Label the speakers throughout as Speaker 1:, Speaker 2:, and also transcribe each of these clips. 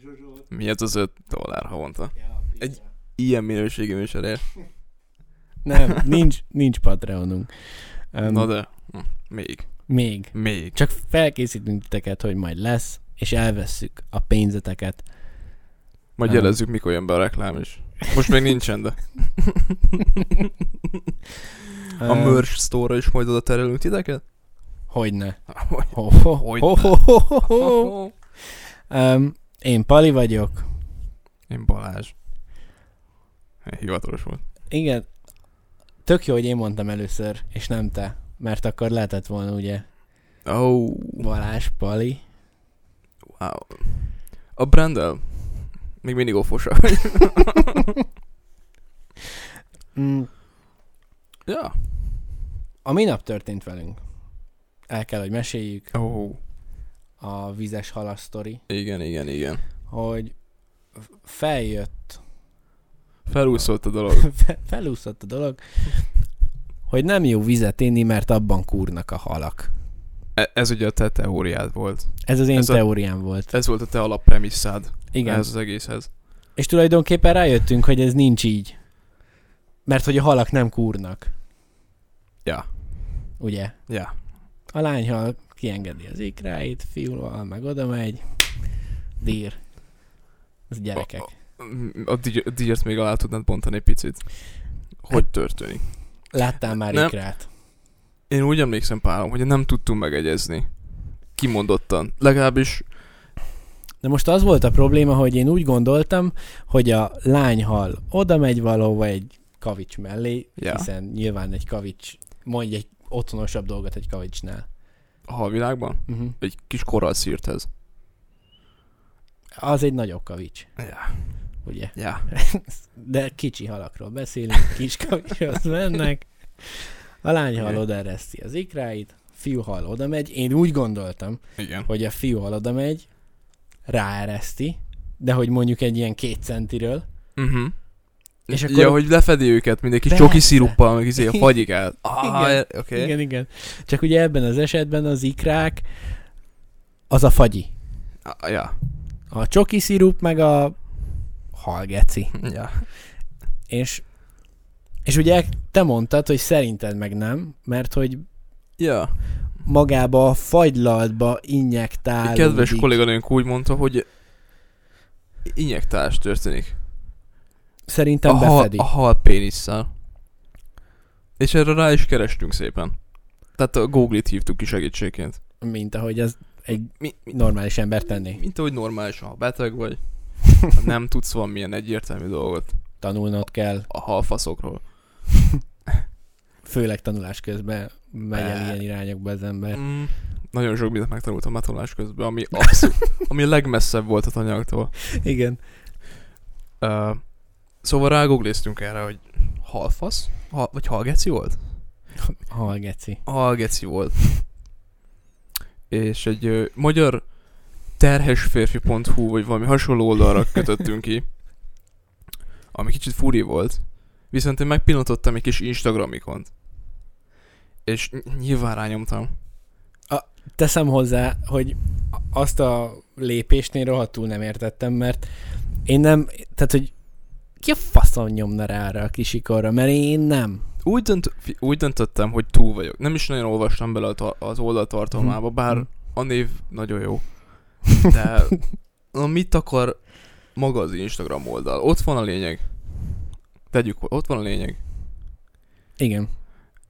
Speaker 1: Zsuzsolt.
Speaker 2: Mi az az 5 dollár havonta?
Speaker 1: Ja,
Speaker 2: Egy- Ilyen minőségű műsorért.
Speaker 3: Nem, nincs, nincs Patreonunk. Um,
Speaker 2: Na de, hm, még,
Speaker 3: Még.
Speaker 2: még.
Speaker 3: Csak felkészítünk titeket, hogy majd lesz, és elvesszük a pénzeteket.
Speaker 2: Majd
Speaker 3: Nem.
Speaker 2: jelezzük, mikor jön be a reklám is. Most még nincsen, de a
Speaker 3: Öm,
Speaker 2: merch store is majd oda terelünk titeket?
Speaker 3: Hogyne.
Speaker 2: Ahogy-
Speaker 3: Ho, ho, ho,
Speaker 2: Hogyne.
Speaker 3: ho, ho, ho, ho. Öm, Én Pali vagyok.
Speaker 2: Én Balázs. Hivatalos volt.
Speaker 3: Igen, tök jó, hogy én mondtam először, és nem te. Mert akkor lehetett volna ugye
Speaker 2: Oh,
Speaker 3: Balázs, Pali.
Speaker 2: wow. A Brandel még mindig ofosa.
Speaker 3: Mm,
Speaker 2: ja.
Speaker 3: A minap történt velünk. El kell, hogy meséljük
Speaker 2: Oh.
Speaker 3: a vízes halasztori,
Speaker 2: Igen, igen, igen.
Speaker 3: hogy f- feljött,
Speaker 2: Felúszott a dolog.
Speaker 3: fe- felúszott a dolog, hogy nem jó vizet inni, mert abban kúrnak a halak.
Speaker 2: E- ez ugye a te teóriád volt.
Speaker 3: Ez az én
Speaker 2: Ez
Speaker 3: Ez
Speaker 2: a-
Speaker 3: teóriám volt.
Speaker 2: Ez volt a te alappremisszád.
Speaker 3: Igen.
Speaker 2: Ez
Speaker 3: Ez...
Speaker 2: az egészhez.
Speaker 3: És tulajdonképpen rájöttünk, hogy ez nincs így. Mert hogy a halak nem kúrnak.
Speaker 2: Ja.
Speaker 3: Ugye?
Speaker 2: Ja.
Speaker 3: A lányhal kiengedi az ikráit, fiúval meg oda megy. Dír. Ez gyerekek.
Speaker 2: Mm, A díj- a díjat még alá tudnád bontani picit.
Speaker 3: Hát-
Speaker 2: Hogy történik?
Speaker 3: Láttál már
Speaker 2: Nem.
Speaker 3: ikrát?
Speaker 2: Én úgy emlékszem, Pálom, hogy nem tudtunk megegyezni. Kimondottan. Legalábbis
Speaker 3: De most az volt a probléma, hogy én úgy gondoltam, hogy a lányhal oda megy valahova egy kavics mellé,
Speaker 2: Ja.
Speaker 3: ja. hiszen nyilván egy kavics, mondj egy otthonosabb dolgot egy kavicsnál.
Speaker 2: a halvilágban
Speaker 3: Uh-huh.
Speaker 2: egy kis korallszírthez.
Speaker 3: Az egy nagyobb kavics,
Speaker 2: Ja.
Speaker 3: ugye?
Speaker 2: Ja.
Speaker 3: De kicsi halakról beszélünk, kis kavicshoz mennek. A lányhal
Speaker 2: Igen.
Speaker 3: oda ereszti az ikráit, fiúhal oda megy. Én úgy gondoltam,
Speaker 2: Igen.
Speaker 3: hogy a fiúhal oda megy, ráereszti, de hogy mondjuk egy ilyen két centiről,
Speaker 2: Uh-huh. És
Speaker 3: És
Speaker 2: akkor...
Speaker 3: akkor-
Speaker 2: Ja, hogy lefedi őket, mint egy kis
Speaker 3: Persze.
Speaker 2: csoki sziruppal, meg izé a fagyikát. Ah,
Speaker 3: Igen.
Speaker 2: oké.
Speaker 3: Okay.
Speaker 2: Okay.
Speaker 3: Igen, igen. Csak ugye ebben az esetben az ikrák az a fagyi.
Speaker 2: Ah, ja.
Speaker 3: A csoki szirup meg a halgeci.
Speaker 2: ja.
Speaker 3: És, és ugye te mondtad, hogy szerinted meg nem, mert hogy
Speaker 2: Ja.
Speaker 3: magába a fagylaltba injektálódik.
Speaker 2: Egy kedves kolléganőnk úgy mondta, hogy injektálás történik.
Speaker 3: Szerintem
Speaker 2: A hal,
Speaker 3: befedi.
Speaker 2: a hal pénisszel. És erre rá is kerestünk szépen. Tehát a Google-it hívtuk ki segítségként.
Speaker 3: Mint ahogy az egy
Speaker 2: Mi, mi,
Speaker 3: normális ember tenné.
Speaker 2: mint ahogy normális, ha beteg vagy, nem tudsz valamilyen egyértelmű dolgot
Speaker 3: Tanulnod kell,
Speaker 2: a halfaszokról.
Speaker 3: főleg tanulás közben megy el ilyen irányokba az ember.
Speaker 2: Mm, nagyon sok mindent megtanultam a tanulás közben, ami, abszolút, ami a legmesszebb volt a tanyagtól.
Speaker 3: Igen.
Speaker 2: Uh, szóval rágoogléztünk erre, hogy halfasz? Hal, vagy halgeci volt?
Speaker 3: Halgeci.
Speaker 2: Algeci volt. És egy ö, magyar terhesférfi.hu, vagy valami hasonló oldalra kötöttünk ki, ami kicsit furi volt. Viszont én megpillantottam egy kis Instagramikont. És ny- nyilván rányomtam.
Speaker 3: teszem hozzá, hogy azt a lépésnél rohadtul nem értettem, mert én nem, tehát hogy ki a faszon nyomna rá arra a kisikorra, mert én nem.
Speaker 2: Úgy, dönt, fi- úgy döntöttem, hogy túl vagyok. Nem is nagyon olvastam bele a ta- az oldal tartalmába, bár a név nagyon jó. De na, mit akar maga az Instagram oldal? Ott van a lényeg. Tegyük, ott van a lényeg.
Speaker 3: Igen.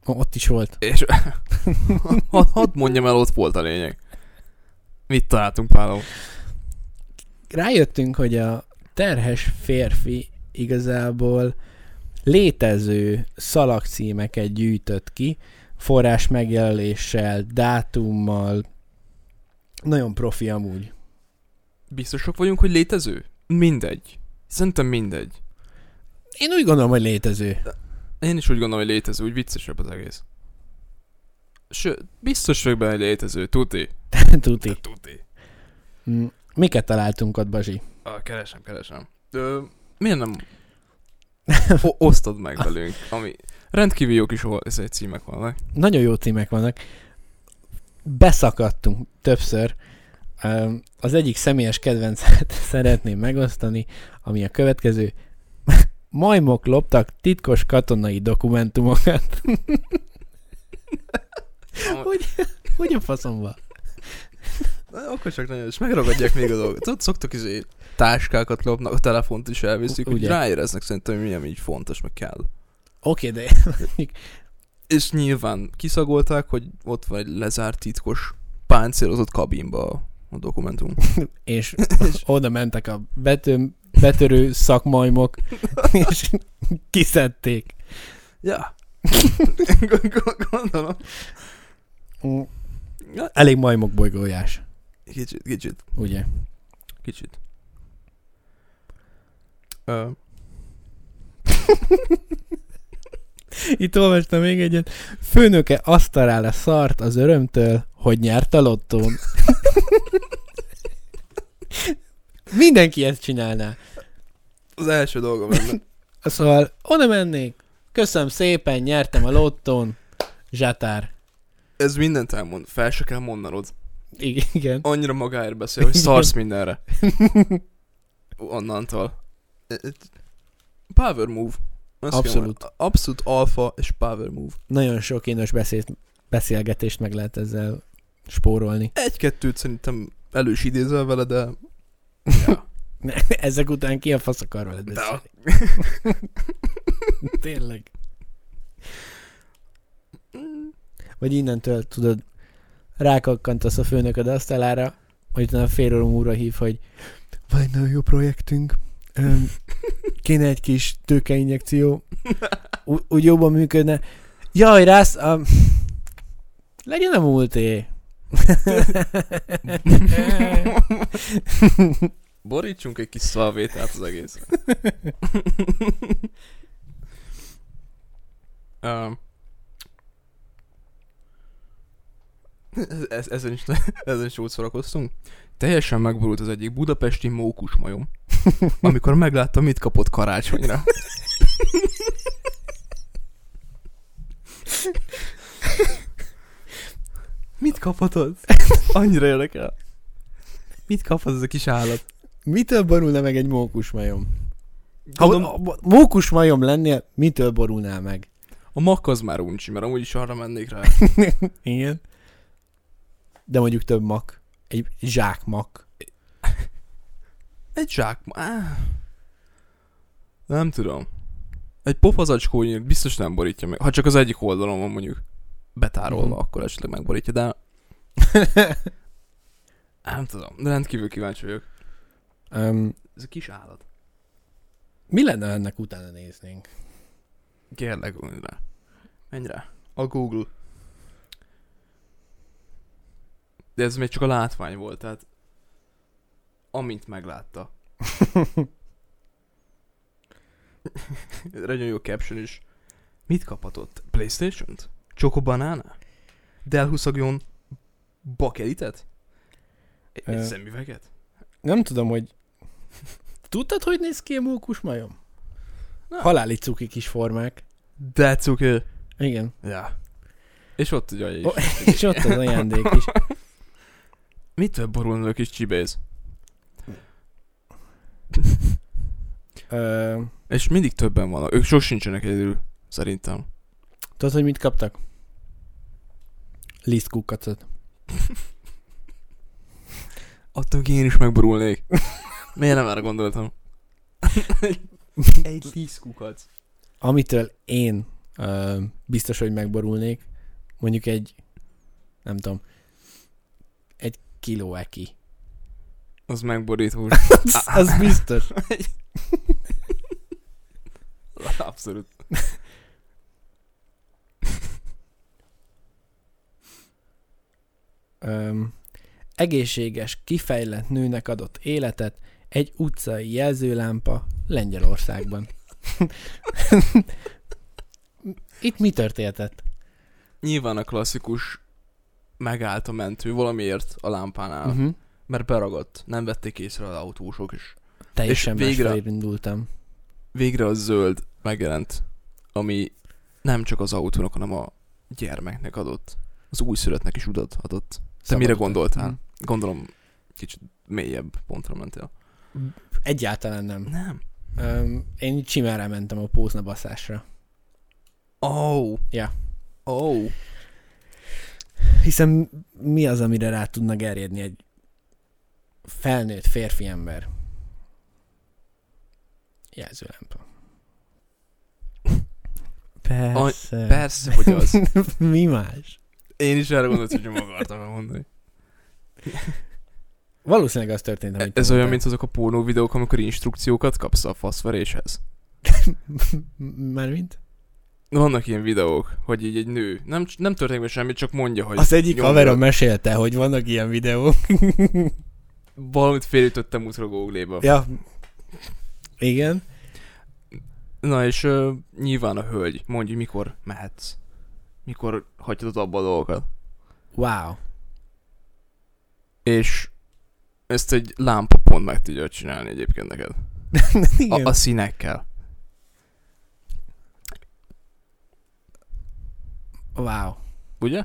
Speaker 3: Ott is volt.
Speaker 2: És hadd had mondjam el, ott volt a lényeg. Mit találtunk, Pálom?
Speaker 3: Rájöttünk, hogy a terhes férfi igazából létező szalagcímeket gyűjtött ki, forrás megjelöléssel, dátummal, nagyon profi amúgy.
Speaker 2: Biztosak vagyunk, hogy létező? Mindegy. Szerintem mindegy.
Speaker 3: Én úgy gondolom, hogy létező.
Speaker 2: Én is úgy gondolom, hogy létező, úgy viccesebb az egész. Sőt, biztos vagyok benne, hogy létező. Tuti.
Speaker 3: Tuti.
Speaker 2: Te Tuti.
Speaker 3: Mm, Miket találtunk ott, Bazsi?
Speaker 2: Ah, keresem, keresem. Ö, miért nem o- osztod meg velünk, ami rendkívül jó kis ol- ez egy címek vannak.
Speaker 3: Nagyon jó címek vannak. Beszakadtunk többször Öm, Az egyik személyes kedvencet szeretném megosztani, ami a következő. Majmok loptak titkos katonai dokumentumokat. hogy, hogy a faszomba?
Speaker 2: Na, akkor csak nagyon, és megragadják még a dolgot. Tudod, szoktak izé táskákat lopnak, a telefont is elviszik,
Speaker 3: Ugye.
Speaker 2: úgy ráéreznek szerintem, hogy milyen így fontos, meg kell.
Speaker 3: Oké, de
Speaker 2: És nyilván kiszagolták, hogy ott van egy lezárt titkos páncélozott kabinba a- a dokumentum.
Speaker 3: és oda mentek a bető, betörő szakmajmok, és kiszedték.
Speaker 2: Ja. Gondolom.
Speaker 3: Mm,
Speaker 2: Ja,
Speaker 3: Elég majmok bolygójás,
Speaker 2: Kicsit, kicsit,
Speaker 3: ugye?
Speaker 2: kicsit. Ö,
Speaker 3: Itt olvastam még egyet. Főnöke azt talál a szart az örömtől, hogy nyert a lottón. Mindenki ezt csinálná.
Speaker 2: az első dolgom lenne.
Speaker 3: Szóval oda mennék, köszönöm szépen, nyertem a lottón, zsatár.
Speaker 2: Ez mindent elmond, fel se kell mondanod.
Speaker 3: Igen.
Speaker 2: Annyira magáért beszél, hogy szarsz mindenre. Onnantól. It- Power move. Azt
Speaker 3: Abszolút.
Speaker 2: kell mondanom. Abszolút alfa és power move.
Speaker 3: Nagyon sok kínos beszéd, beszélgetést meg lehet ezzel spórolni.
Speaker 2: Egy-kettőt szerintem elő is idézel vele, de... Ja.
Speaker 3: Ezek után ki a fasz akar veled beszélni? Tényleg.
Speaker 2: mm,
Speaker 3: Vagy innentől tudod, rákakkantasz a főnököd asztalára, hogy utána fél óra múlva hív, hogy van egy nagyon jó projektünk, öm, kéne egy kis tőkeinjekció, Ú- úgy jobban működne. Jaj, rász, a... legyen a múlté.
Speaker 2: Borítsunk egy kis szalvétát az egészre. um, ez, ezen, is, ezen is úgy szórakoztunk. Teljesen megborult az egyik budapesti mókus majom, amikor meglátta, mit kapott karácsonyra. mit kapott az? Annyira érdekel. Mit kap az a kis állat?
Speaker 3: Mitől borulna meg egy mókus majom? Ha
Speaker 2: Gondolom,
Speaker 3: a, a, mókus majom lennél, mitől borulnál meg?
Speaker 2: a mak az már uncsi, mert amúgy is arra mennék rá.
Speaker 3: Igen. De mondjuk több mak. Egy zsák mak.
Speaker 2: Egy zsák... Á. Nem tudom. Egy pofazacskónyi biztos nem borítja meg. Ha csak az egyik oldalon van mondjuk betárolva,
Speaker 3: Mhm.
Speaker 2: akkor esetleg megborítja, de... nem tudom, de rendkívül kíváncsi vagyok.
Speaker 3: um,
Speaker 2: Ez a kis állat.
Speaker 3: mi lenne, ha ennek utána néznénk?
Speaker 2: Kérlek, menj rá. Menj rá. A Google. De ez még csak a látvány volt, tehát... Amint meglátta. Nagyon jó caption is. Mit kaphatott? Playstation-t? Choco Banana? Delhuszagjon bakelitet? Egy, egy
Speaker 3: Ö.
Speaker 2: szemüveget?
Speaker 3: Nem tudom, hogy... Tudtad, hogy néz ki a mókus majom?
Speaker 2: Nem.
Speaker 3: Haláli cuki kis formák.
Speaker 2: That's okay.
Speaker 3: Igen.
Speaker 2: Yeah. És ott ugye is.
Speaker 3: Oh, és ott az ajándék is.
Speaker 2: Mitől borulna a kis csibész?
Speaker 3: Ö,
Speaker 2: És mindig többen vannak. Ők sosincsenek egyedül, szerintem.
Speaker 3: tudod, hogy mit kaptak? Lisztkukacot.
Speaker 2: Attól ki én is megborulnék. Miért nem erre gondoltam? Egy liszkukat.
Speaker 3: Amitől én ö, biztos, hogy megborulnék, mondjuk egy, nem tudom, egy kiló eki.
Speaker 2: Az megborító.
Speaker 3: Az- az biztos.
Speaker 2: Abszolút.
Speaker 3: Öm, egészséges, kifejlett nőnek adott életet egy utcai jelzőlámpa Lengyelországban. Itt mi történtett?
Speaker 2: Nyilván a klasszikus megállt a mentő valamiért a lámpánál, uh-huh.
Speaker 3: Uh-huh.
Speaker 2: mert beragadt, nem vették észre az autósok is.
Speaker 3: Teljesen
Speaker 2: És végre-
Speaker 3: végre indultam.
Speaker 2: Végre a zöld megjelent, ami nem csak az autónak, hanem a gyermeknek adott. Az újszülöttnek is udat adott. Te mire gondoltál? Gondolom kicsit mélyebb pontra mentél.
Speaker 3: Egyáltalán nem.
Speaker 2: Nem.
Speaker 3: Öm, én simán rámentem a pózna baszásra.
Speaker 2: Oh.
Speaker 3: Ja.
Speaker 2: Oh.
Speaker 3: Hiszen mi az, amire rá tudna gerjedni egy felnőtt férfi ember? Jelzőlámpa. Persze.
Speaker 2: Persze, hogy az.
Speaker 3: mi más?
Speaker 2: Én is erre gondoltam, hogy nem akartam elmondani.
Speaker 3: Valószínűleg az történt, amit
Speaker 2: Ez
Speaker 3: te
Speaker 2: olyan,
Speaker 3: mondtál.
Speaker 2: mint azok a pornó videók, amikor instrukciókat kapsz a faszveréshez.
Speaker 3: Mármint?
Speaker 2: Vannak ilyen videók, hogy így egy nő, nem, nem történik meg semmi, csak mondja, hogy
Speaker 3: Az egyik
Speaker 2: nyomja-
Speaker 3: haverom mesélte, hogy vannak ilyen videók.
Speaker 2: valamit félütöttem útra gógléba.
Speaker 3: ja. Igen.
Speaker 2: Na és ö, nyilván a hölgy mondja, hogy mikor mehetsz. Mikor hagyhatod abba a dolgokat.
Speaker 3: Wow.
Speaker 2: És ezt egy lámpa pont meg tudja csinálni egyébként neked. A,
Speaker 3: Igen.
Speaker 2: a színekkel.
Speaker 3: Wow.
Speaker 2: Ugye?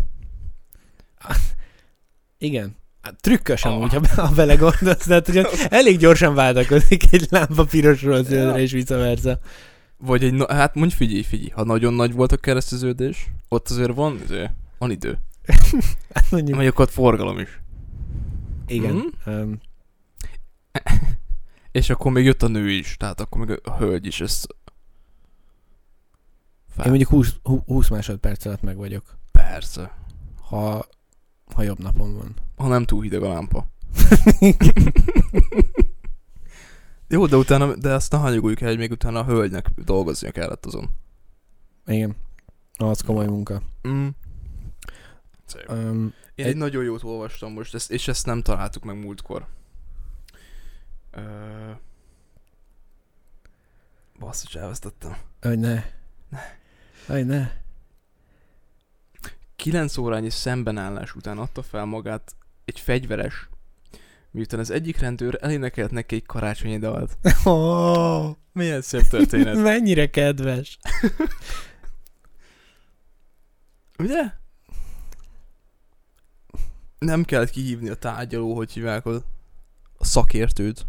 Speaker 3: Igen. Hát, trükkös
Speaker 2: Ah.
Speaker 3: amúgy, ha, be- ha belegondolsz, tehát hogy elég gyorsan váltakozik egy lámpa pirosról
Speaker 2: Ja.
Speaker 3: zöldre és vice versa.
Speaker 2: Vagy egy, na- hát mondj figyelj, figyelj, ha nagyon nagy volt a kereszteződés, ott azért van, azért van idő.
Speaker 3: Hát mondjuk,
Speaker 2: Mondjuk ott forgalom is.
Speaker 3: igen.
Speaker 2: Mhm.
Speaker 3: Um,
Speaker 2: És akkor még jött a nő is, tehát akkor még a hölgy is ezt... Fel.
Speaker 3: én mondjuk 20, hú- 20 másodperc alatt meg vagyok,
Speaker 2: Persze.
Speaker 3: ha, ha jobb napom van.
Speaker 2: Ha nem túl hideg a lámpa. Jó, de utána, de azt ne hanyaguljuk el, hogy még utána a hölgynek dolgoznia kellett azon.
Speaker 3: Igen. Az komoly munka.
Speaker 2: Mm.
Speaker 3: Um,
Speaker 2: Én egy, egy nagyon jót olvastam most, ezt, és ezt nem találtuk meg múltkor. Ö... Basszus, elvesztettem.
Speaker 3: hogy ne. Hogy ne.
Speaker 2: Kilenc órányi szembenállás után adta fel magát egy fegyveres, miután az egyik rendőr elénekelt neki egy karácsonyi dalt.
Speaker 3: Oh,
Speaker 2: Milyen szép történet.
Speaker 3: mennyire kedves.
Speaker 2: Ugye? Nem kell kihívni a tárgyaló, hogy hívják az- a szakértőt.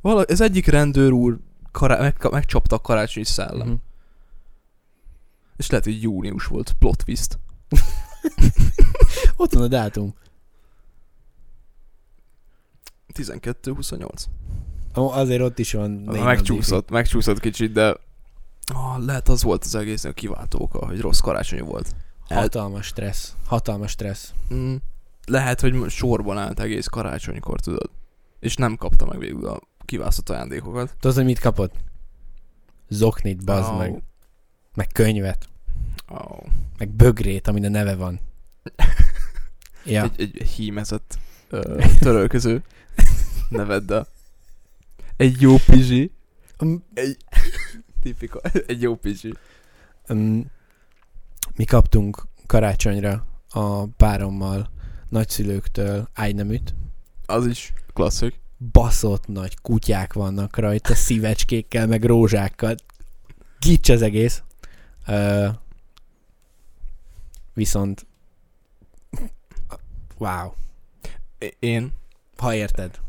Speaker 2: Vala, az egyik rendőr úr kará- meg, megcsapta a karácsonyi szellem.
Speaker 3: Mhm.
Speaker 2: És lehet, hogy június volt. Plot twist.
Speaker 3: Ott van a dátum.
Speaker 2: 12-28.
Speaker 3: Ó, Azért ott is van. négy
Speaker 2: Na,
Speaker 3: nap
Speaker 2: Megcsúszott, megcsúszott kicsit, de ah, lehet az volt az egész a kiváltó oka, hogy rossz karácsony volt.
Speaker 3: diffi. Hatalmas stressz. Hatalmas stressz.
Speaker 2: Mm, lehet, hogy mo- sorban állt egész karácsonykor, tudod. És nem kapta meg végül a kiválasztott ajándékokat.
Speaker 3: Tudod, hogy mit kapod? Zoknit, bazd
Speaker 2: Au,
Speaker 3: meg. Meg könyvet.
Speaker 2: au.
Speaker 3: Meg bögrét, amin a neve van. Ja.
Speaker 2: Egy, egy hímezett ö, törölköző. Neveddel. Egy jó pizsi.
Speaker 3: Um,
Speaker 2: Tipika. Egy jó pizsi.
Speaker 3: um, mi kaptunk karácsonyra a párommal nagyszülőktől ágyneműt.
Speaker 2: Az is klasszik.
Speaker 3: Baszott nagy kutyák vannak rajta, szívecskékkel, meg rózsákkal. Gics az egész. Uh, viszont... Wow.
Speaker 2: É- Én
Speaker 3: Ha érted.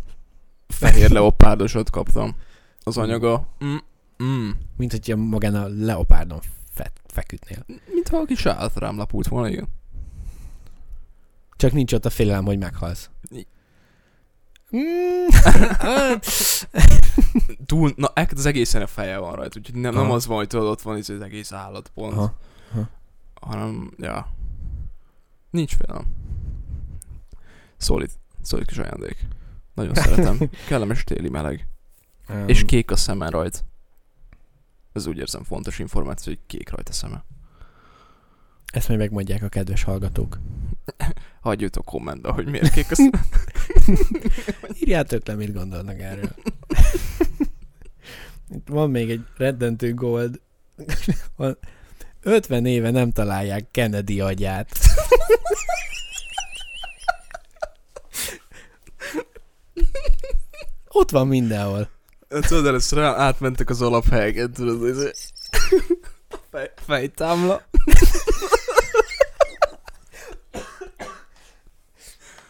Speaker 2: fehér leopárdosot kaptam. Az anyaga, mm, mm,
Speaker 3: Mint hogyha magán a leopárdon fe- feküdnél.
Speaker 2: mintha valaki sálat rám lapult volna, igen.
Speaker 3: Csak nincs ott a félelem, hogy meghalsz.
Speaker 2: I-
Speaker 3: Mm,
Speaker 2: Túl, na ek- az egészen a feje van rajta, úgyhogy nem, nem
Speaker 3: Aha.
Speaker 2: az van, hogy tudod, ott van ez az egész állatpont,
Speaker 3: Aha.
Speaker 2: hanem, ja. Nincs félem. Szolid, szolid kis ajándék. Nagyon szeretem. Kellemes téli meleg.
Speaker 3: Um,
Speaker 2: És kék a szeme rajt. Ez úgy érzem fontos információ, hogy kék rajta a szeme.
Speaker 3: Ezt majd megmondják a kedves hallgatók.
Speaker 2: Hagyjuk a kommentbe, hogy miért kék a szeme.
Speaker 3: Írjátok le, mit gondolnak erről. Itt van még egy reddentő gold. Van- 50 éve nem találják Kennedy agyát. Ott van mindenhol.
Speaker 2: Tudod, először átmentek az alaphelyeket, tudod, ez Fej, fejtámla.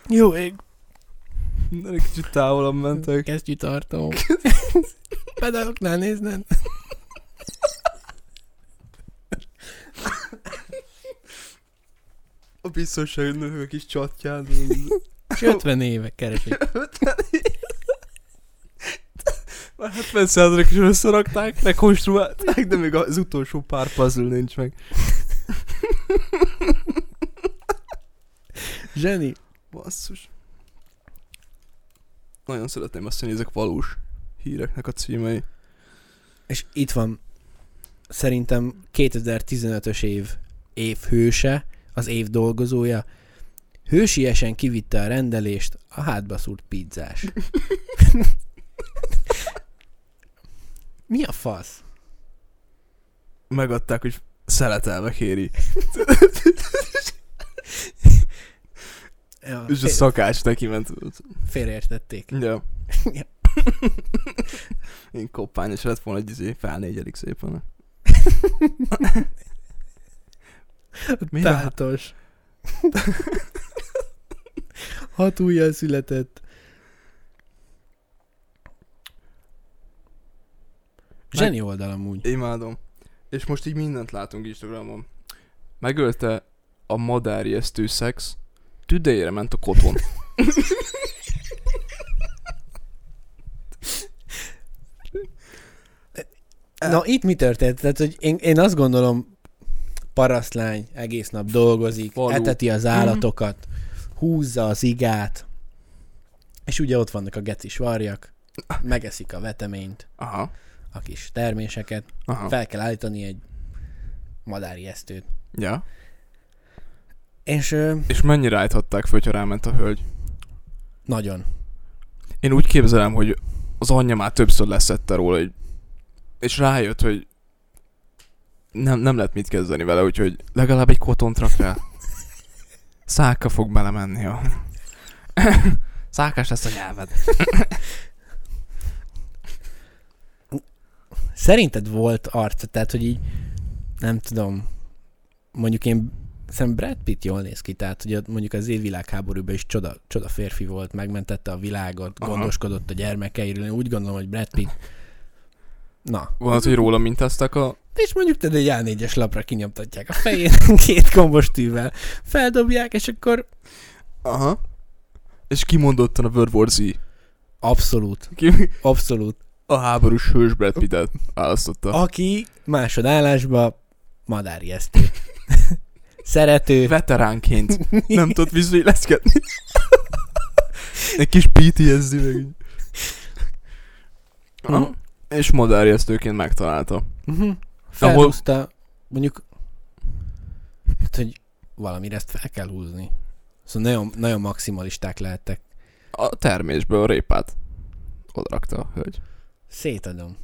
Speaker 3: Jó ég.
Speaker 2: De egy kicsit távolabb mentek.
Speaker 3: Kesztyű tartó. Pedaloknál néznen.
Speaker 2: A biztonsági nők a kis csatján.
Speaker 3: És 50 éve keresik.
Speaker 2: Már 70 százalék is összerakták, rekonstruálták, de még az utolsó pár puzzle nincs meg.
Speaker 3: Zseni.
Speaker 2: Basszus. Nagyon szeretném azt, hogy ezek valós híreknek a címei.
Speaker 3: És itt van szerintem 2015-ös év év hőse, az év dolgozója. Hősiesen kivitte a rendelést a hátba szúrt pizzás. Mi a fasz?
Speaker 2: Megadták, hogy szeretelve kéri.
Speaker 3: Ja,
Speaker 2: És a
Speaker 3: fél,
Speaker 2: szakács neki ment.
Speaker 3: félreértették.
Speaker 2: Ja.
Speaker 3: Ja.
Speaker 2: Én koppányos lett volna egy izé, felnégyedik szépen. Mi a-
Speaker 3: Tátos. Hat újjal született. Zseni oldal amúgy.
Speaker 2: Imádom. És most így mindent látunk Instagramon. Megölte a madárjesztő szex, tüdejére ment a koton.
Speaker 3: Na itt mi történt? Tehát, hogy én, én azt gondolom, parasztlány egész nap dolgozik,
Speaker 2: Falu.
Speaker 3: eteti az állatokat, húzza az igát, és ugye ott vannak a gecis varjak, megeszik a veteményt,
Speaker 2: Aha.
Speaker 3: a kis terméseket,
Speaker 2: Aha.
Speaker 3: fel kell állítani egy madári esztőt.
Speaker 2: Ja.
Speaker 3: És ö,
Speaker 2: És mennyire állíthatták föl, ha ráment a hölgy?
Speaker 3: nagyon.
Speaker 2: Én úgy képzelem, hogy az anyja már többször leszette róla, hogy... és rájött, hogy nem, nem lehet mit kezdeni vele, úgyhogy legalább egy kotont rak rá. Száka fog belemenni a... Szákás lesz a nyelved.
Speaker 3: Szerinted volt arca, tehát hogy így, nem tudom, mondjuk én szerintem Brad Pitt jól néz ki, tehát hogy ott mondjuk az évvilágháborúban is csoda, csoda férfi volt, megmentette a világot,
Speaker 2: Aha.
Speaker 3: gondoskodott a gyermekeiről, én úgy gondolom, hogy Brad Pitt Na,
Speaker 2: Van az, hogy róla mintázták a...
Speaker 3: és mondjuk tudod, egy A4-es lapra kinyomtatják a fejét két gombos tűvel, feldobják, és akkor
Speaker 2: Aha. És kimondottan a World War Z.
Speaker 3: abszolút,
Speaker 2: Ki
Speaker 3: abszolút.
Speaker 2: a háborús hős Brad Pittet választotta.
Speaker 3: Aki másodállásba madárjesztő. Szerető,
Speaker 2: Veteránként nem tudott visszailleszkedni. Egy kis PTSD meg így. Aha.
Speaker 3: Mhm.
Speaker 2: És madárjesztőként megtalálta.
Speaker 3: Uh-huh.
Speaker 2: Ahol-
Speaker 3: Felhúzta, mondjuk, hát, hogy valamire ezt fel kell húzni. Szóval nagyon, nagyon maximalisták lehettek.
Speaker 2: A termésből a répát odrakta a hölgy.
Speaker 3: Szétadom.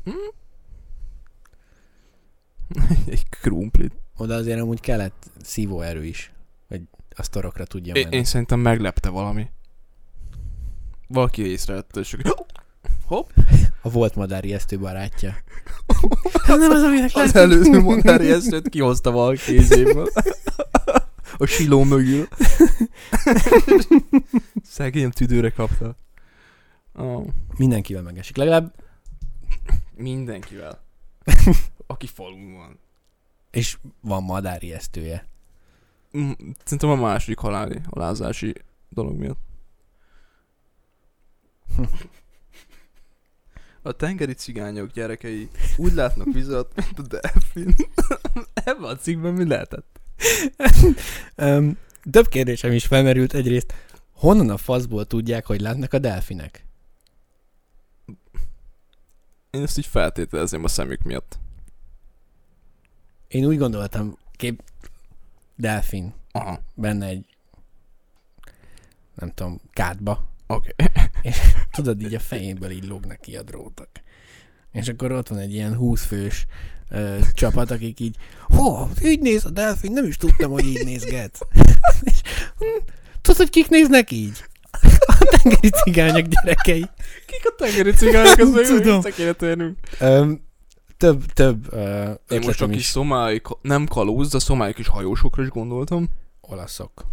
Speaker 2: Egy krumplit.
Speaker 3: Oda azért amúgy kellett szívóerő is, hogy a torokra tudja
Speaker 2: Én,
Speaker 3: menni.
Speaker 2: én szerintem meglepte valami. Valaki észrevette, és akkor... Hopp!
Speaker 3: A volt madárjesztő barátja. Ez Hát nem az, aminek
Speaker 2: Az
Speaker 3: látszik.
Speaker 2: előző mondári eszőt kihozta valaki kézéből. A siló mögül. Szegény tüdőre kapta. Oh.
Speaker 3: Mindenkivel megesik. Legalább,
Speaker 2: Mindenkivel. Aki falun van.
Speaker 3: és van madárjesztője.
Speaker 2: Mm, Szerintem a második haláli, halázási dolog miatt. A tengeri cigányok gyerekei úgy látnak vizet, mint a delfin. Ebben a cikkben mi lehetett?
Speaker 3: Um, több kérdésem is felmerült. Egyrészt, honnan a faszból tudják, hogy látnak a delfinek?
Speaker 2: Én ezt így feltételezném a szemük miatt.
Speaker 3: Én úgy gondoltam, kép delfin
Speaker 2: Aha,
Speaker 3: benne egy nem tudom, kádba.
Speaker 2: oké.
Speaker 3: Tudod, így a fejéből így lógnak ki a drótok. És akkor ott van egy ilyen 20 fős ö, csapat, akik így, hó, így néz a delfin, nem is tudtam, hogy így nézget. És, hm, tudod, hogy kik néznek így? A tengeri cigányok gyerekei.
Speaker 2: Kik a tengeri cigányok? Az meg
Speaker 3: Tudom.
Speaker 2: vissza kéne térnünk.
Speaker 3: Öm, több, több ö,
Speaker 2: Én most
Speaker 3: ötletem
Speaker 2: a kis
Speaker 3: is
Speaker 2: szomáli, ka- nem kalóz, de szomáli kis hajósokra is gondoltam.
Speaker 3: olaszok.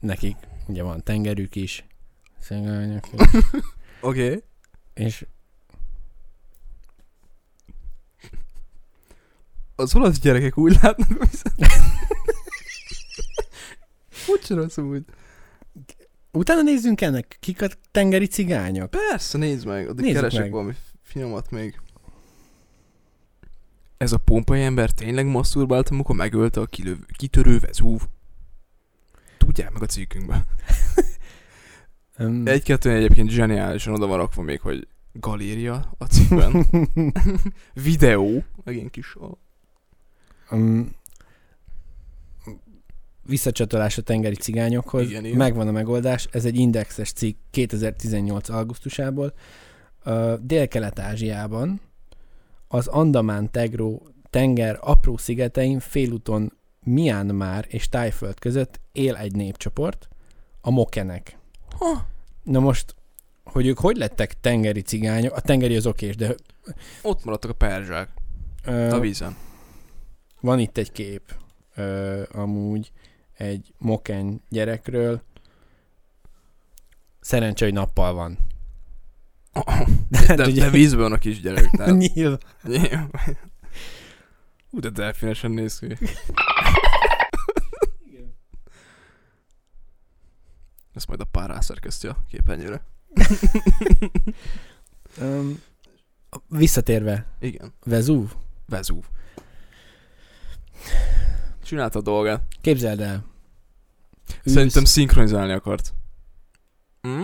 Speaker 3: nekik ugye van tengerük is, szegények,
Speaker 2: Oké. Okay.
Speaker 3: és
Speaker 2: Az olasz gyerekek úgy látnak, hogy... Hogy csinálsz úgy?
Speaker 3: utána nézzünk ennek, kik a tengeri cigányok.
Speaker 2: Persze, nézd meg, addig
Speaker 3: Nézzük
Speaker 2: keresek
Speaker 3: meg.
Speaker 2: valami finomat még. Ez a pompai ember tényleg masszurmált, amikor megölte a kilöv- kitörő vezúv. Tudják meg a cikkünkbe.
Speaker 3: Öm,
Speaker 2: Egy-kettő egyébként zseniálisan oda van rakva még, hogy galéria a cikkben. Videó, meg ilyen kis a...
Speaker 3: öm, visszacsatolás a tengeri cigányokhoz,
Speaker 2: Igen, igen.
Speaker 3: megvan a megoldás, ez egy indexes cikk 2018. augusztusából. Ö, Dél-Kelet-Ázsiában az Andamán Tegró tenger apró szigetein félúton Myanmar és Tájföld között él egy népcsoport, a mokenek.
Speaker 2: Ha,
Speaker 3: Na most, hogy ők hogy lettek tengeri cigányok? A tengeri az okés, de
Speaker 2: ott maradtak a perzsák, a
Speaker 3: ö,
Speaker 2: vízen.
Speaker 3: van itt egy kép ö, amúgy egy mokeny gyerekről. Szerencse, hogy nappal van.
Speaker 2: De, de,
Speaker 3: ugye-
Speaker 2: de vízben van a kisgyerek, tehát
Speaker 3: Nyilván.
Speaker 2: Nyilván. Ú, de delfinesen néz ki. Ezt majd a pár rászerkeszti a képernyőre.
Speaker 3: Öm, visszatérve,
Speaker 2: Igen.
Speaker 3: Vezúv,
Speaker 2: Vezúv. Csinálta a dolgát.
Speaker 3: képzeld el. Ülsz,
Speaker 2: Szerintem szinkronizálni akart. Hm?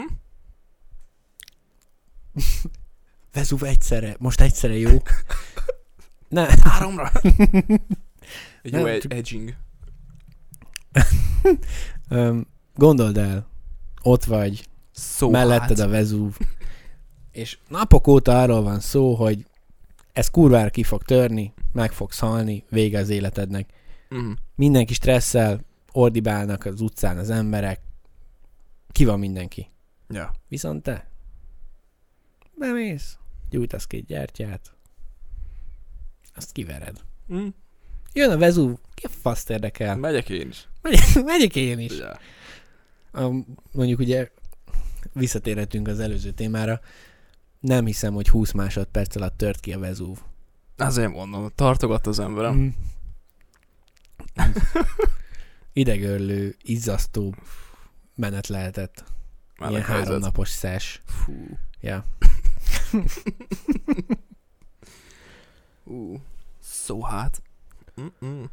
Speaker 3: Vezúv egyszerre, most egyszerre jó. Ne,
Speaker 2: Háromra. Egy jó
Speaker 3: Nem,
Speaker 2: egy
Speaker 3: csak-
Speaker 2: edging.
Speaker 3: öm, gondold el, ott vagy,
Speaker 2: Szó hát.
Speaker 3: melletted a Vezúv. És napok óta arról van szó, hogy ez kurvára ki fog törni, meg fogsz halni, vége az életednek.
Speaker 2: Mm.
Speaker 3: Mindenki stresszel, ordibálnak az utcán az emberek, ki van mindenki.
Speaker 2: Ja.
Speaker 3: Viszont te bemész, gyújtasz két gyertyát, azt kivered.
Speaker 2: Mm.
Speaker 3: Jön a Vezúv, ki a faszt érdekel?
Speaker 2: Megyek én is.
Speaker 3: Megyek, megyek én is.
Speaker 2: Ja.
Speaker 3: A, mondjuk ugye visszatérhetünk az előző témára, nem hiszem, hogy 20 másodperc alatt tört ki a Vezúv.
Speaker 2: Azért mondom, tartogat az emberem.
Speaker 3: Mm. Idegörlő, izzasztó menet lehetett.
Speaker 2: Meleg
Speaker 3: Ilyen
Speaker 2: helyzet.
Speaker 3: háromnapos szes.
Speaker 2: Fú.
Speaker 3: Ja.
Speaker 2: Ú, szó hát. Mm-mm.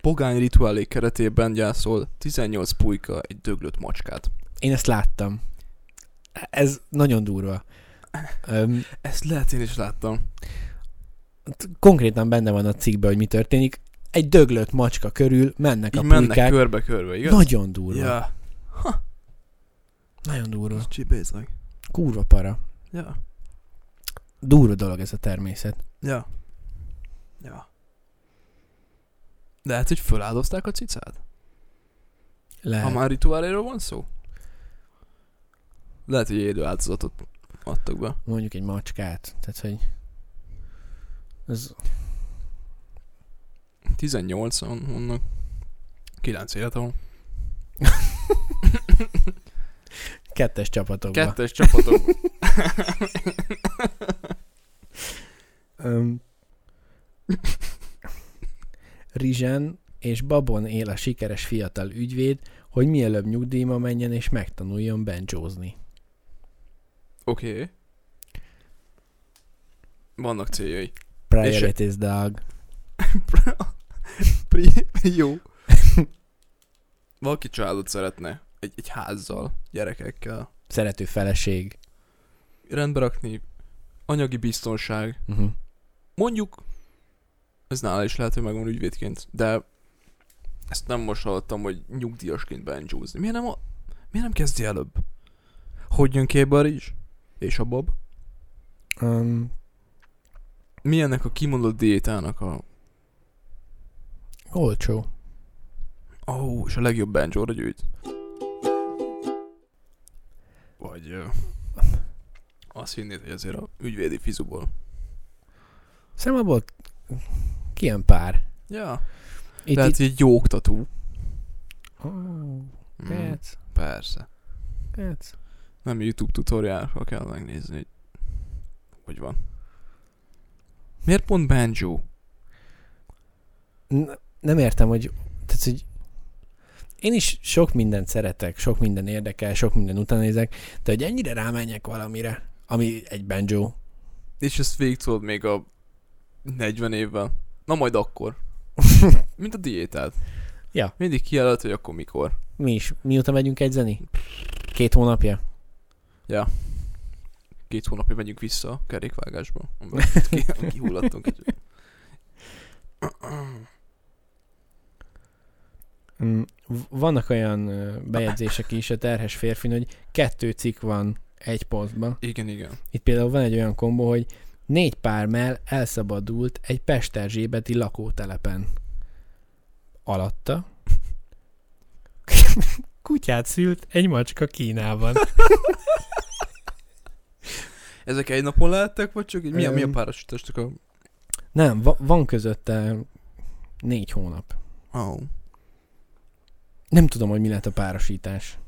Speaker 2: Pogány rituálé keretében gyászol 18 pulyka egy döglött macskát.
Speaker 3: Én ezt láttam. Ez nagyon durva. Öm,
Speaker 2: Ezt lehet én is láttam.
Speaker 3: konkrétan benne van a cikkben, hogy mi történik. Egy döglött macska körül mennek
Speaker 2: Így
Speaker 3: a
Speaker 2: mennek
Speaker 3: pulykák.
Speaker 2: körbe-körbe, igaz?
Speaker 3: Nagyon durva.
Speaker 2: Ja.
Speaker 3: Nagyon durva.
Speaker 2: Csibézag.
Speaker 3: Kurva para.
Speaker 2: Ja.
Speaker 3: Durva dolog ez a természet.
Speaker 2: Ja. Ja. Lehet, hogy föláldozták a cicát?
Speaker 3: Lehet.
Speaker 2: Ha már rituáléről van szó? Lehet, hogy élő áldozatot adtak be.
Speaker 3: Mondjuk egy macskát. Tehát, hogy... Ez...
Speaker 2: 18-an vannak. 9 élete van.
Speaker 3: Kettes csapatokban.
Speaker 2: Kettes csapatok.
Speaker 3: Öm... Rizsen és Babon él a sikeres fiatal ügyvéd, hogy mielőbb nyugdíjba menjen és megtanuljon benjózni.
Speaker 2: Oké. Okay. Vannak céljai.
Speaker 3: Priorities, dog.
Speaker 2: Pri- Jó. Valaki családot szeretne. Egy, egy házzal, gyerekekkel.
Speaker 3: Szerető feleség.
Speaker 2: Rendbe rakni. Anyagi biztonság.
Speaker 3: Uh-huh.
Speaker 2: Mondjuk, ez nála is lehet, hogy megvan ügyvédként, de ezt nem most hallottam, hogy nyugdíjasként benjózni. Miért nem, a... Miért nem kezdi előbb? Hogy jön képbe a rizs? És a bab?
Speaker 3: Um,
Speaker 2: Mi ennek a kimondott diétának a...
Speaker 3: Olcsó.
Speaker 2: Ó, oh, és a legjobb benjóra gyűjt? Vagy... ö, Azt hinnéd, hogy azért a ügyvédi fizuból.
Speaker 3: Szerintem abból kijön pár.
Speaker 2: Ja,
Speaker 3: Itt,
Speaker 2: tehát
Speaker 3: itt
Speaker 2: egy jó oktató.
Speaker 3: Oh,
Speaker 2: Mm,
Speaker 3: that's,
Speaker 2: persze.
Speaker 3: that's.
Speaker 2: Nem YouTube tutoriálra kell megnézni, hogy hogy van. Miért pont banjo?
Speaker 3: N- nem értem, hogy, tehát, hogy én is sok mindent szeretek, sok minden érdekel, sok minden utánézek, de hogy ennyire rámenjek valamire, ami egy banjo.
Speaker 2: És ezt végig tudod még a 40 évvel. Na majd akkor. Mint a diétát.
Speaker 3: Ja.
Speaker 2: Mindig kijelölt, hogy akkor mikor.
Speaker 3: Mi is? Mióta megyünk edzeni? Két hónapja?
Speaker 2: Két hónapja megyünk vissza a kerékvágásba. amiből ki- Kihulladtunk. egy-
Speaker 3: Mm, v- Vannak olyan ö, bejegyzések is a terhes férfin, hogy kettő cikk van egy posztban.
Speaker 2: Igen, igen.
Speaker 3: Itt például van egy olyan kombó, hogy négy pár mell elszabadult egy pesterzsébeti lakótelepen. Alatta kutyát szült egy macska Kínában.
Speaker 2: Ezek egy napon lehettek, vagy csak így? Mi a, mi a
Speaker 3: Öm. párosítástak
Speaker 2: párosítástok a...
Speaker 3: Nem, va- van közötte négy hónap.
Speaker 2: Oh.
Speaker 3: Nem tudom, hogy mi lett a párosítás.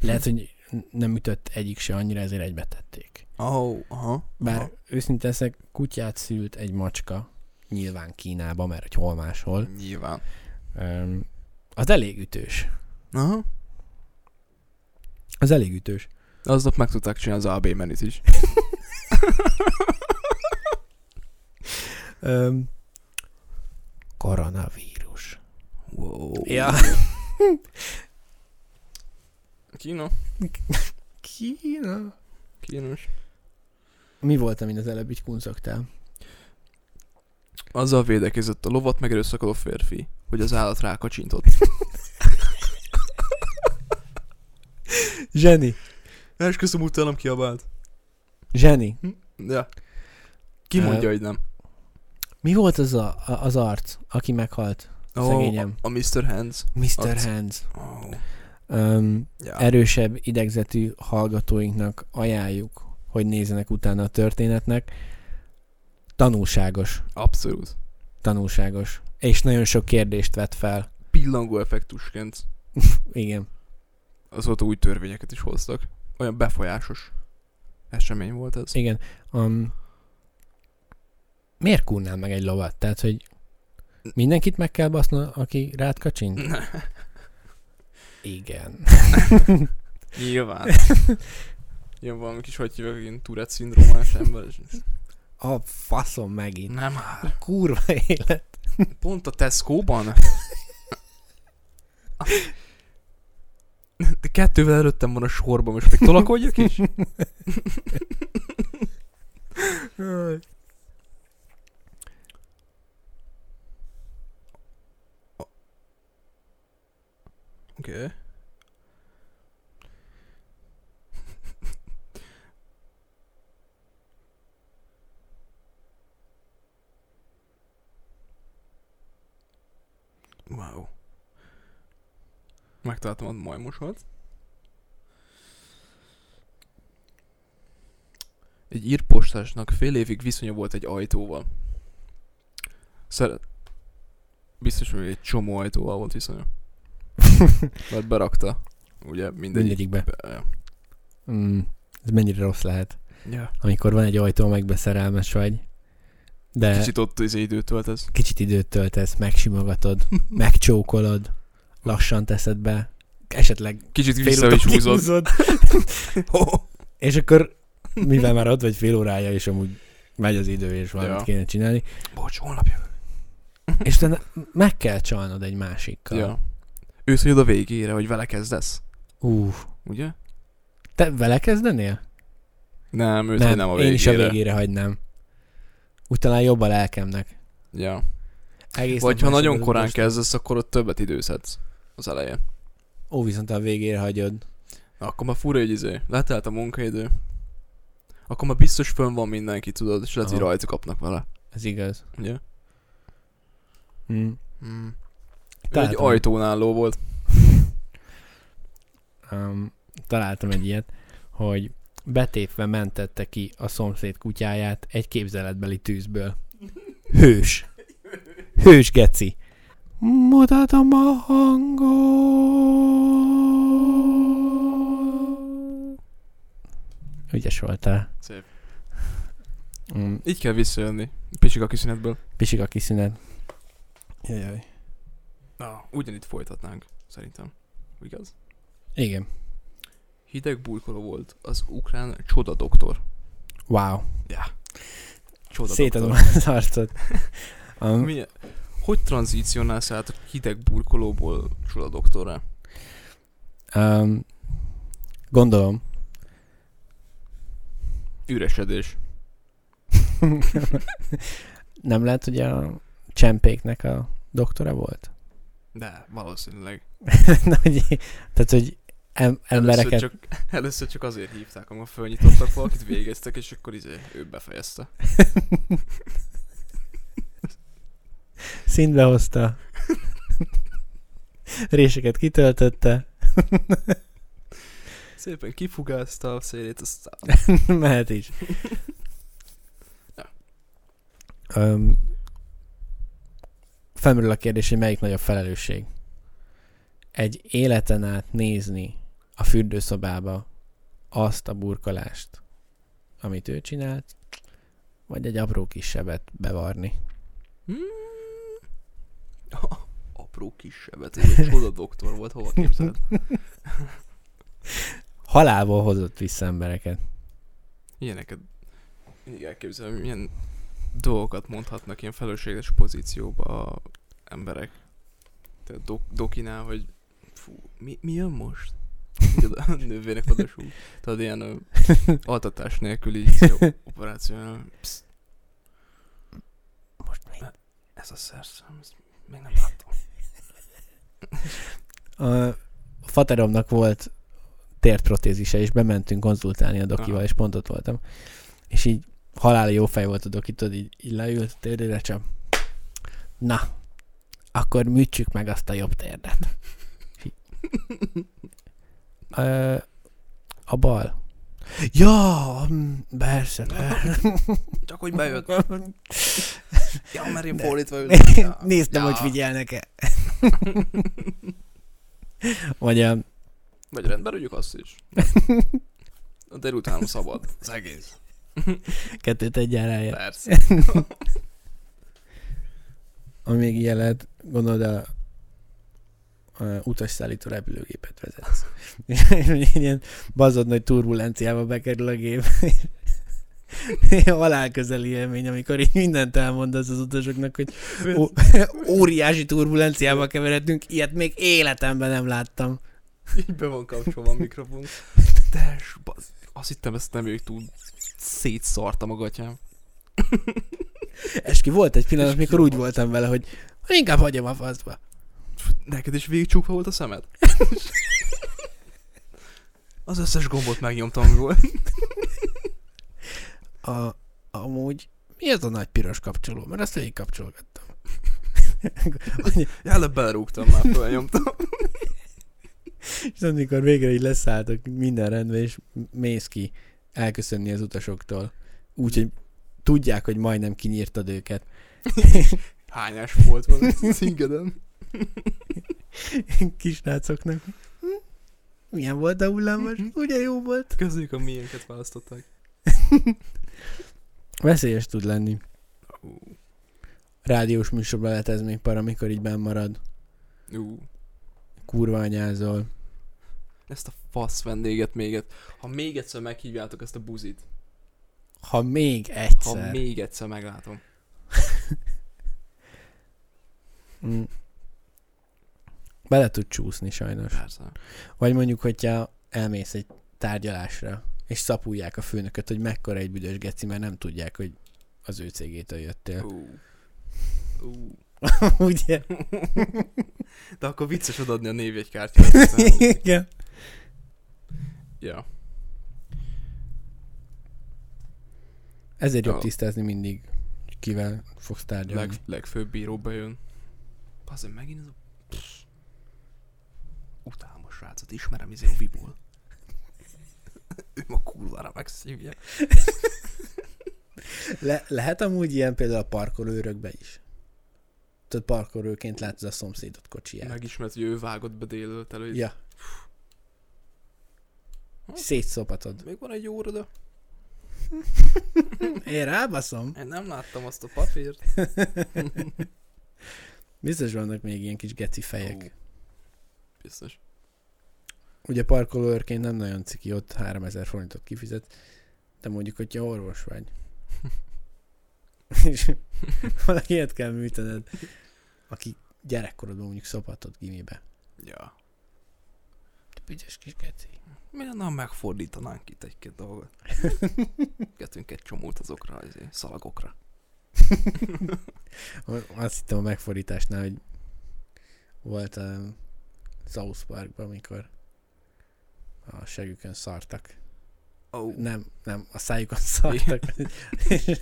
Speaker 3: Lehet, hogy n- nem ütött egyik se annyira, ezért egybe tették.
Speaker 2: Oh, aha.
Speaker 3: Bár
Speaker 2: aha.
Speaker 3: őszinte leszek, kutyát szült egy macska, nyilván Kínába, mert hogy hol máshol.
Speaker 2: Nyilván.
Speaker 3: Öm, az elég ütős.
Speaker 2: Aha.
Speaker 3: Az elég ütős.
Speaker 2: Aznap meg tudták csinálni az AB menüt is.
Speaker 3: Öm, koronavírus.
Speaker 2: Wow.
Speaker 3: Ja.
Speaker 2: Kína.
Speaker 3: Kína.
Speaker 2: Kínos.
Speaker 3: Mi volt, amin az előbb így kunszogtál?
Speaker 2: Azzal védekezett a lovat megerőszakoló férfi, hogy az állat rákacsintott.
Speaker 3: Zseni.
Speaker 2: És köszönöm, utánam kiabált.
Speaker 3: Zseni.
Speaker 2: Ja. Ki mondja, hogy nem?
Speaker 3: Mi volt az a, a, az arc, aki meghalt? szegényem.
Speaker 2: a, a Mr. Hands.
Speaker 3: Mr.
Speaker 2: Arc.
Speaker 3: Hands.
Speaker 2: Oh.
Speaker 3: Öm,
Speaker 2: Ja.
Speaker 3: erősebb idegzetű hallgatóinknak ajánljuk, hogy nézzenek utána a történetnek. Tanulságos.
Speaker 2: Abszolút.
Speaker 3: Tanulságos. És nagyon sok kérdést vett fel.
Speaker 2: Pillangó effektusként
Speaker 3: Igen.
Speaker 2: azóta új törvényeket is hoztak. Olyan befolyásos esemény volt ez.
Speaker 3: Igen. Um, miért kúrnál meg egy lovat? Tehát, hogy mindenkit meg kell baszni, aki rád kacsint? Igen.
Speaker 2: Nyilván. Ilyen valami kis, hogy hívják, ilyen Tourette szindrómás ember. és-
Speaker 3: A faszom megint.
Speaker 2: Nem már.
Speaker 3: Kurva élet.
Speaker 2: Pont a Tesco-ban? De kettővel előttem van a sorban, most még tolakodjak is? Oké. Okay. Wow. Megtaláltam a majmosat. Egy írpostásnak fél évig viszonya volt egy ajtóval. Szeret... Biztos, hogy egy csomó ajtóval volt viszonya. Mert berakta. Ugye mindegy.
Speaker 3: Mindegyikbe.
Speaker 2: Ja.
Speaker 3: Mm, ez mennyire rossz lehet,
Speaker 2: Ja.
Speaker 3: amikor van egy ajtó, amelyikbe szerelmes vagy. De kicsit,
Speaker 2: Kicsit ott az időt töltesz.
Speaker 3: kicsit időt töltesz, megsimogatod, megcsókolod, lassan teszed be, esetleg
Speaker 2: Kicsit
Speaker 3: fél
Speaker 2: vissza
Speaker 3: utat
Speaker 2: is húzod.
Speaker 3: kihúzod. És akkor, mivel már ott vagy fél órája, és amúgy megy az idő, és valamit
Speaker 2: Ja.
Speaker 3: ja. kéne csinálni,
Speaker 2: Bocs, holnap jövök.
Speaker 3: és utána meg kell csalnod egy másikkal.
Speaker 2: Ja. Ősz hogy a végére, hogy vele kezdesz.
Speaker 3: Ú,
Speaker 2: Ugye?
Speaker 3: te vele kezdenél?
Speaker 2: Nem, őt nem, nem a végére.
Speaker 3: én is a végére hagynám. Utána jobb a lelkemnek.
Speaker 2: Ja.
Speaker 3: Egész
Speaker 2: Vagy
Speaker 3: nap
Speaker 2: ha
Speaker 3: másodod
Speaker 2: nagyon
Speaker 3: az
Speaker 2: korán
Speaker 3: most.
Speaker 2: kezdesz, akkor ott többet időszedsz az elején.
Speaker 3: Ó, viszont a végére hagyod.
Speaker 2: Na, Akkor már fura egy izé. Letelt a munkaidő. Akkor már biztos fönn van mindenki, tudod, és lehet, hogy
Speaker 3: Aha.
Speaker 2: rajta kapnak vele.
Speaker 3: Ez igaz.
Speaker 2: Ugye?
Speaker 3: Mm.
Speaker 2: Mm.
Speaker 3: Tehát
Speaker 2: egy
Speaker 3: nem.
Speaker 2: ajtónálló volt.
Speaker 3: Um, találtam egy ilyet, hogy betépve mentette ki a szomszéd kutyáját egy képzeletbeli tűzből. Hős. Hős geci. Mutatom a hangot. Ügyes voltál.
Speaker 2: Szép.
Speaker 3: Mm,
Speaker 2: Így kell visszajönni. Pisik a kiszünetből.
Speaker 3: pisik a kiszünet. Jajjaj.
Speaker 2: Na, ugyanitt folytatnánk, szerintem. Igaz?
Speaker 3: Igen.
Speaker 2: Hideg burkoló volt az ukrán csoda doktor.
Speaker 3: Wow.
Speaker 2: Csoda
Speaker 3: Szétadom
Speaker 2: doktor.
Speaker 3: az arcot. Um,
Speaker 2: Milyen, hogy tranzícionálsz át a hideg burkolóból csoda doktorra?
Speaker 3: um, gondolom.
Speaker 2: Üresedés.
Speaker 3: Nem lehet, hogy a csempéknek a doktora volt?
Speaker 2: De, valószínűleg.
Speaker 3: Na, hogy- Tehát, hogy em- embereket...
Speaker 2: Először csak, először csak azért hívták, amikor fölnyitottak valakit, végeztek, és akkor izé, ő befejezte.
Speaker 3: Szintbe hozta. Réseket kitöltötte.
Speaker 2: Szépen kifugázta a szélét, aztán...
Speaker 3: Mehet is.
Speaker 2: Ja.
Speaker 3: Um, felmerül a kérdés, hogy melyik nagyobb felelősség. Egy életen át nézni a fürdőszobába azt a burkolást, amit ő csinált, vagy egy apró kis sebet bevarni.
Speaker 2: Hmm. Apró kis sebet, ez egy csoda doktor volt, hova képzeled?
Speaker 3: Halálból hozott vissza embereket.
Speaker 2: Ilyeneket mindig elképzelem, hogy milyen dolgokat mondhatnak ilyen felelősséges pozícióba a emberek. Tehát dok, dokinál, hogy fú, mi, mi jön most? Tudod, a nővének adosul. Tudod, ilyen ö, altatás nélküli izé, operációnál. Pszt,
Speaker 3: Most mi?
Speaker 2: ez a szerszám, ezt még nem láttam.
Speaker 3: a fateromnak volt térprotézise, és bementünk konzultálni a dokival,
Speaker 2: Aha.
Speaker 3: és pont ott voltam. És így halál jó fej volt a doki, tudod, így, így leült a térdére, csak na, akkor műtsük meg azt a jobb térdet. És így, Ö, a bal. Ja, mm, persze, persze.
Speaker 2: Csak hogy bejött. Ja, mert én
Speaker 3: Ne-
Speaker 2: fordítva
Speaker 3: Né-
Speaker 2: ülök. Ja.
Speaker 3: Néztem,
Speaker 2: Ja.
Speaker 3: hogy figyelnek-e. Vagy a
Speaker 2: Vagy rendben rúgjuk azt is. A délután szabad. Az egész.
Speaker 3: kettőt egyára elje.
Speaker 2: Persze.
Speaker 3: Ami még ilyen lehet, gondolod a, a utasszállító repülőgépet vezetsz. És ilyen bazod nagy turbulenciába bekerül a gép. Halál közeli élmény, amikor így mindent elmondasz az utasoknak, hogy ó, óriási turbulenciába keveredtünk, ilyet még életemben nem láttam.
Speaker 2: Így be van kapcsolva a mikrofon. De s- bazd, azt hittem ezt nem ők túl szétszartam a gatyám.
Speaker 3: És ki volt egy pillanat, mikor úgy voltam vele, hogy inkább hagyom a faszba.
Speaker 2: Neked is végig csukva volt a szemed? Az összes gombot megnyomtam, ami volt.
Speaker 3: A, amúgy mi ez a nagy piros kapcsoló? Mert azt végig kapcsolgattam.
Speaker 2: Előbb belerúgtam, már felnyomtam.
Speaker 3: És amikor végre így leszálltak minden rendben, és mész ki elköszönni az utasoktól. Úgyhogy tudják, hogy majdnem kinyírtad őket.
Speaker 2: Hányás volt van szingeden.
Speaker 3: Kisrácoknak. Mhm. "Hm? Milyen volt a hullámos? Ugye jó volt?
Speaker 2: Közülük a miénket választották.
Speaker 3: Veszélyes tud lenni.
Speaker 2: Ú,
Speaker 3: Rádiós műsorban lehet ez még para, amikor így benn marad.
Speaker 2: ú.
Speaker 3: Kurva anyázol.
Speaker 2: Ezt a fasz vendéget még egy... Ha még egyszer meghívjátok ezt a buzit,
Speaker 3: Ha még
Speaker 2: ha
Speaker 3: egyszer.
Speaker 2: még egyszer meglátom.
Speaker 3: Mm. Bele tud csúszni sajnos.
Speaker 2: Persze.
Speaker 3: Vagy mondjuk, hogyha elmész egy tárgyalásra, és szapulják a főnököt, hogy mekkora egy büdös geci, mert nem tudják, hogy az ő cégétől jöttél.
Speaker 2: Ú. Ú.
Speaker 3: Ugye?
Speaker 2: De akkor vicces odadni a névjegykártyát. aztán-
Speaker 3: Igen.
Speaker 2: ja.
Speaker 3: Ezért jobb
Speaker 2: Ja.
Speaker 3: tisztázni mindig, hogy kivel fogsz tárgyalni.
Speaker 2: Leg, legfőbb bíró bejön. Azért megint ez a... Pff. Utálom a srácot, ismerem izé a viból. ő ma kurvára megszívja.
Speaker 3: Le- lehet amúgy ilyen például a parkolőrökbe is. tudod, parkolóként látod a szomszédot kocsiját.
Speaker 2: Megismert, hogy ő vágott be délelőtt elő.
Speaker 3: Ja. Szétszopatod.
Speaker 2: Még van egy óra, de
Speaker 3: Én rábaszom.
Speaker 2: én nem láttam azt a papírt.
Speaker 3: Biztos vannak még ilyen kis geci fejek.
Speaker 2: Ú, Biztos.
Speaker 3: Ugye parkolóőrként nem nagyon ciki, ott 3000 forintot kifizet, de mondjuk, hogyha orvos vagy. És valaki ilyet kell műtened, aki gyerekkorodban mondjuk szopatott gimibe.
Speaker 2: Ja.
Speaker 3: Te Bügyös kis geci.
Speaker 2: Miért nem megfordítanánk itt egy-két dolgot? Getünk egy csomót azokra, az szalagokra.
Speaker 3: Azt hittem a megfordításnál, hogy volt a South Parkban, amikor a segükön szartak.
Speaker 2: Oh.
Speaker 3: Nem, nem, a szájukon szartak. És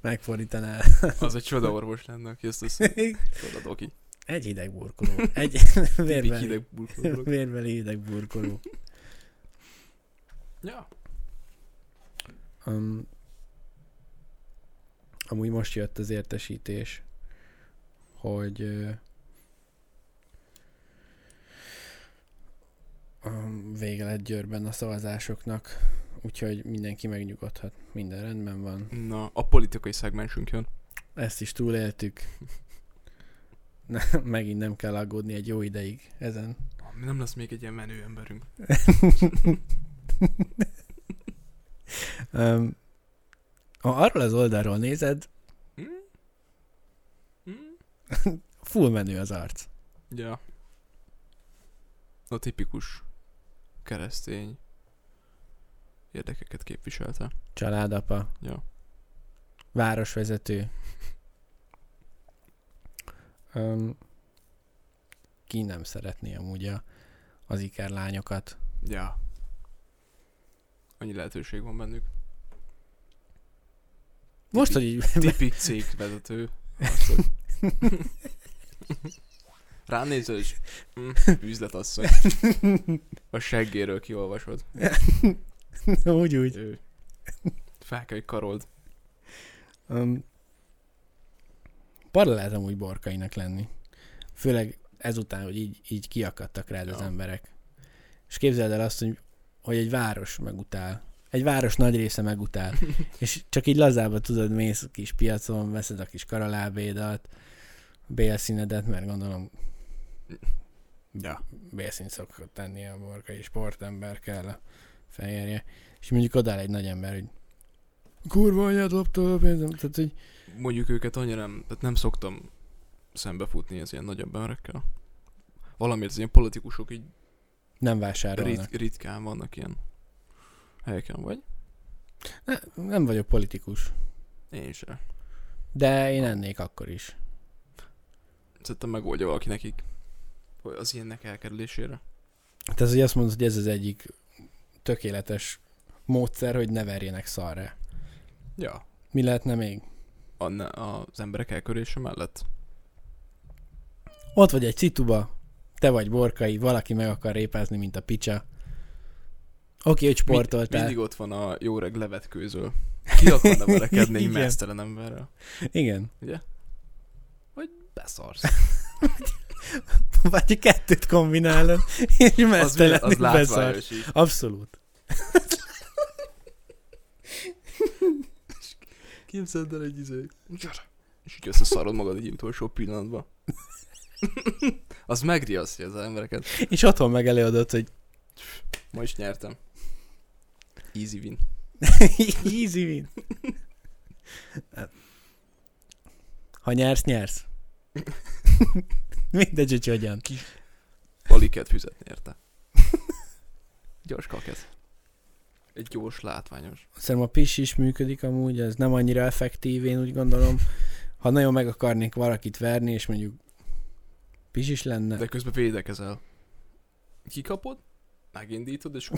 Speaker 3: Megfordítanál.
Speaker 2: Az egy csoda orvos lenne, aki ezt azt csoda doki.
Speaker 3: Egy hideg burkoló. Egy
Speaker 2: Tipik
Speaker 3: vérbeli,
Speaker 2: hideg burkoló.
Speaker 3: vérbeli hideg burkoló.
Speaker 2: Ja.
Speaker 3: Um, amúgy most jött az értesítés, hogy ö, um, vége lett Győrben a szavazásoknak, úgyhogy mindenki megnyugodhat, minden rendben van.
Speaker 2: Na, a politikai szegmensünk jön.
Speaker 3: Ezt is túléltük. Nem, megint nem kell aggódni egy jó ideig ezen.
Speaker 2: Nem lesz még egy ilyen menő emberünk.
Speaker 3: Um, ha arról az oldalról nézed,
Speaker 2: Hm?
Speaker 3: full menő az arc.
Speaker 2: Ja. A tipikus keresztény érdekeket képviselte.
Speaker 3: Családapa,
Speaker 2: Ja.
Speaker 3: városvezető. Um, ki nem szeretné amúgy a, az iker lányokat.
Speaker 2: Ja. Annyi lehetőség van bennük.
Speaker 3: Most, hogy így
Speaker 2: Tipik cégvezető. Azt, hogy- Ránézel és mm, üzletasszony. A seggéről kiolvasod.
Speaker 3: úgy, úgy.
Speaker 2: Ő. Fel kell, hogy karold.
Speaker 3: Um, para lehet amúgy borkainak lenni. Főleg ezután, hogy így, így kiakadtak rád az
Speaker 2: Ja.
Speaker 3: emberek. És képzeld el azt, hogy, hogy egy város megutál. Egy város nagy része megutál. és csak így lazába tudod, mész a kis piacon, veszed a kis karalábédat, bélszínedet, mert gondolom
Speaker 2: Ja.
Speaker 3: bélszín szokott tenni a borkai sportember kell a fehérje. És mondjuk odáll egy nagy ember, hogy kurva anyád loptál a pénzem. Tehát, hogy
Speaker 2: Mondjuk őket annyira nem, tehát nem szoktam szembefutni az ilyen nagyobb emberekkel. Valamiért az ilyen politikusok így
Speaker 3: nem vásárolnak.
Speaker 2: rit- ritkán vannak ilyen helyeken, vagy?
Speaker 3: Ne, nem vagyok politikus,
Speaker 2: Én sem.
Speaker 3: de én ennék akkor is.
Speaker 2: Szerintem megoldja valaki nekik hogy az ilyennek elkerülésére.
Speaker 3: Tehát, hogy azt mondod, hogy Hát ez az egyik tökéletes módszer, hogy ne verjenek szarra.
Speaker 2: Ja.
Speaker 3: Mi lehetne még?
Speaker 2: A, ne- az emberek elkörése mellett.
Speaker 3: Ott vagy egy cituba, te vagy borkai, valaki meg akar répázni, mint a picsa. Oké, hogy
Speaker 2: Mind-
Speaker 3: sportoltál.
Speaker 2: Mindig ott van a jó reg levet kőzöl. Ki akarna verekedni egy
Speaker 3: Igen.
Speaker 2: mesztelen emberrel?
Speaker 3: Igen.
Speaker 2: Beszarsz.
Speaker 3: Vagy a kettőt kombinálod, és
Speaker 2: Az, mi-
Speaker 3: mesztelenül
Speaker 2: az
Speaker 3: beszarsz.
Speaker 2: látványos így.
Speaker 3: Abszolút.
Speaker 2: Képzeld el egy izé. Gyere. És így összeszarod magad egy utolsó pillanatban. az megriasztja az embereket.
Speaker 3: És otthon meg előadod, hogy
Speaker 2: Ma is nyertem. Easy win.
Speaker 3: Easy win. Ha nyersz, nyersz. Mindegy, hogy hogyan.
Speaker 2: Paliket fizetni érte. Gyors kaket. Egy gyors látványos.
Speaker 3: Szerintem a pis is működik amúgy, ez nem annyira effektív, én úgy gondolom. Ha nagyon meg akarnék valakit verni, és mondjuk pis is lenne.
Speaker 2: De közben védekezel. Kikapod, megindítod, és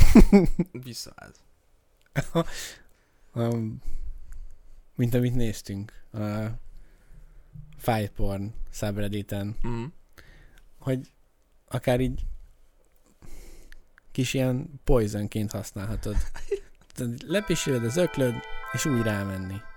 Speaker 2: visszaállsz.
Speaker 3: Um, mint amit néztünk a Fight Porn subredditen,
Speaker 2: Mm.
Speaker 3: hogy akár így kis ilyen poisonként használhatod. Tehát Lepisiled az öklöd, és úgy rámenni.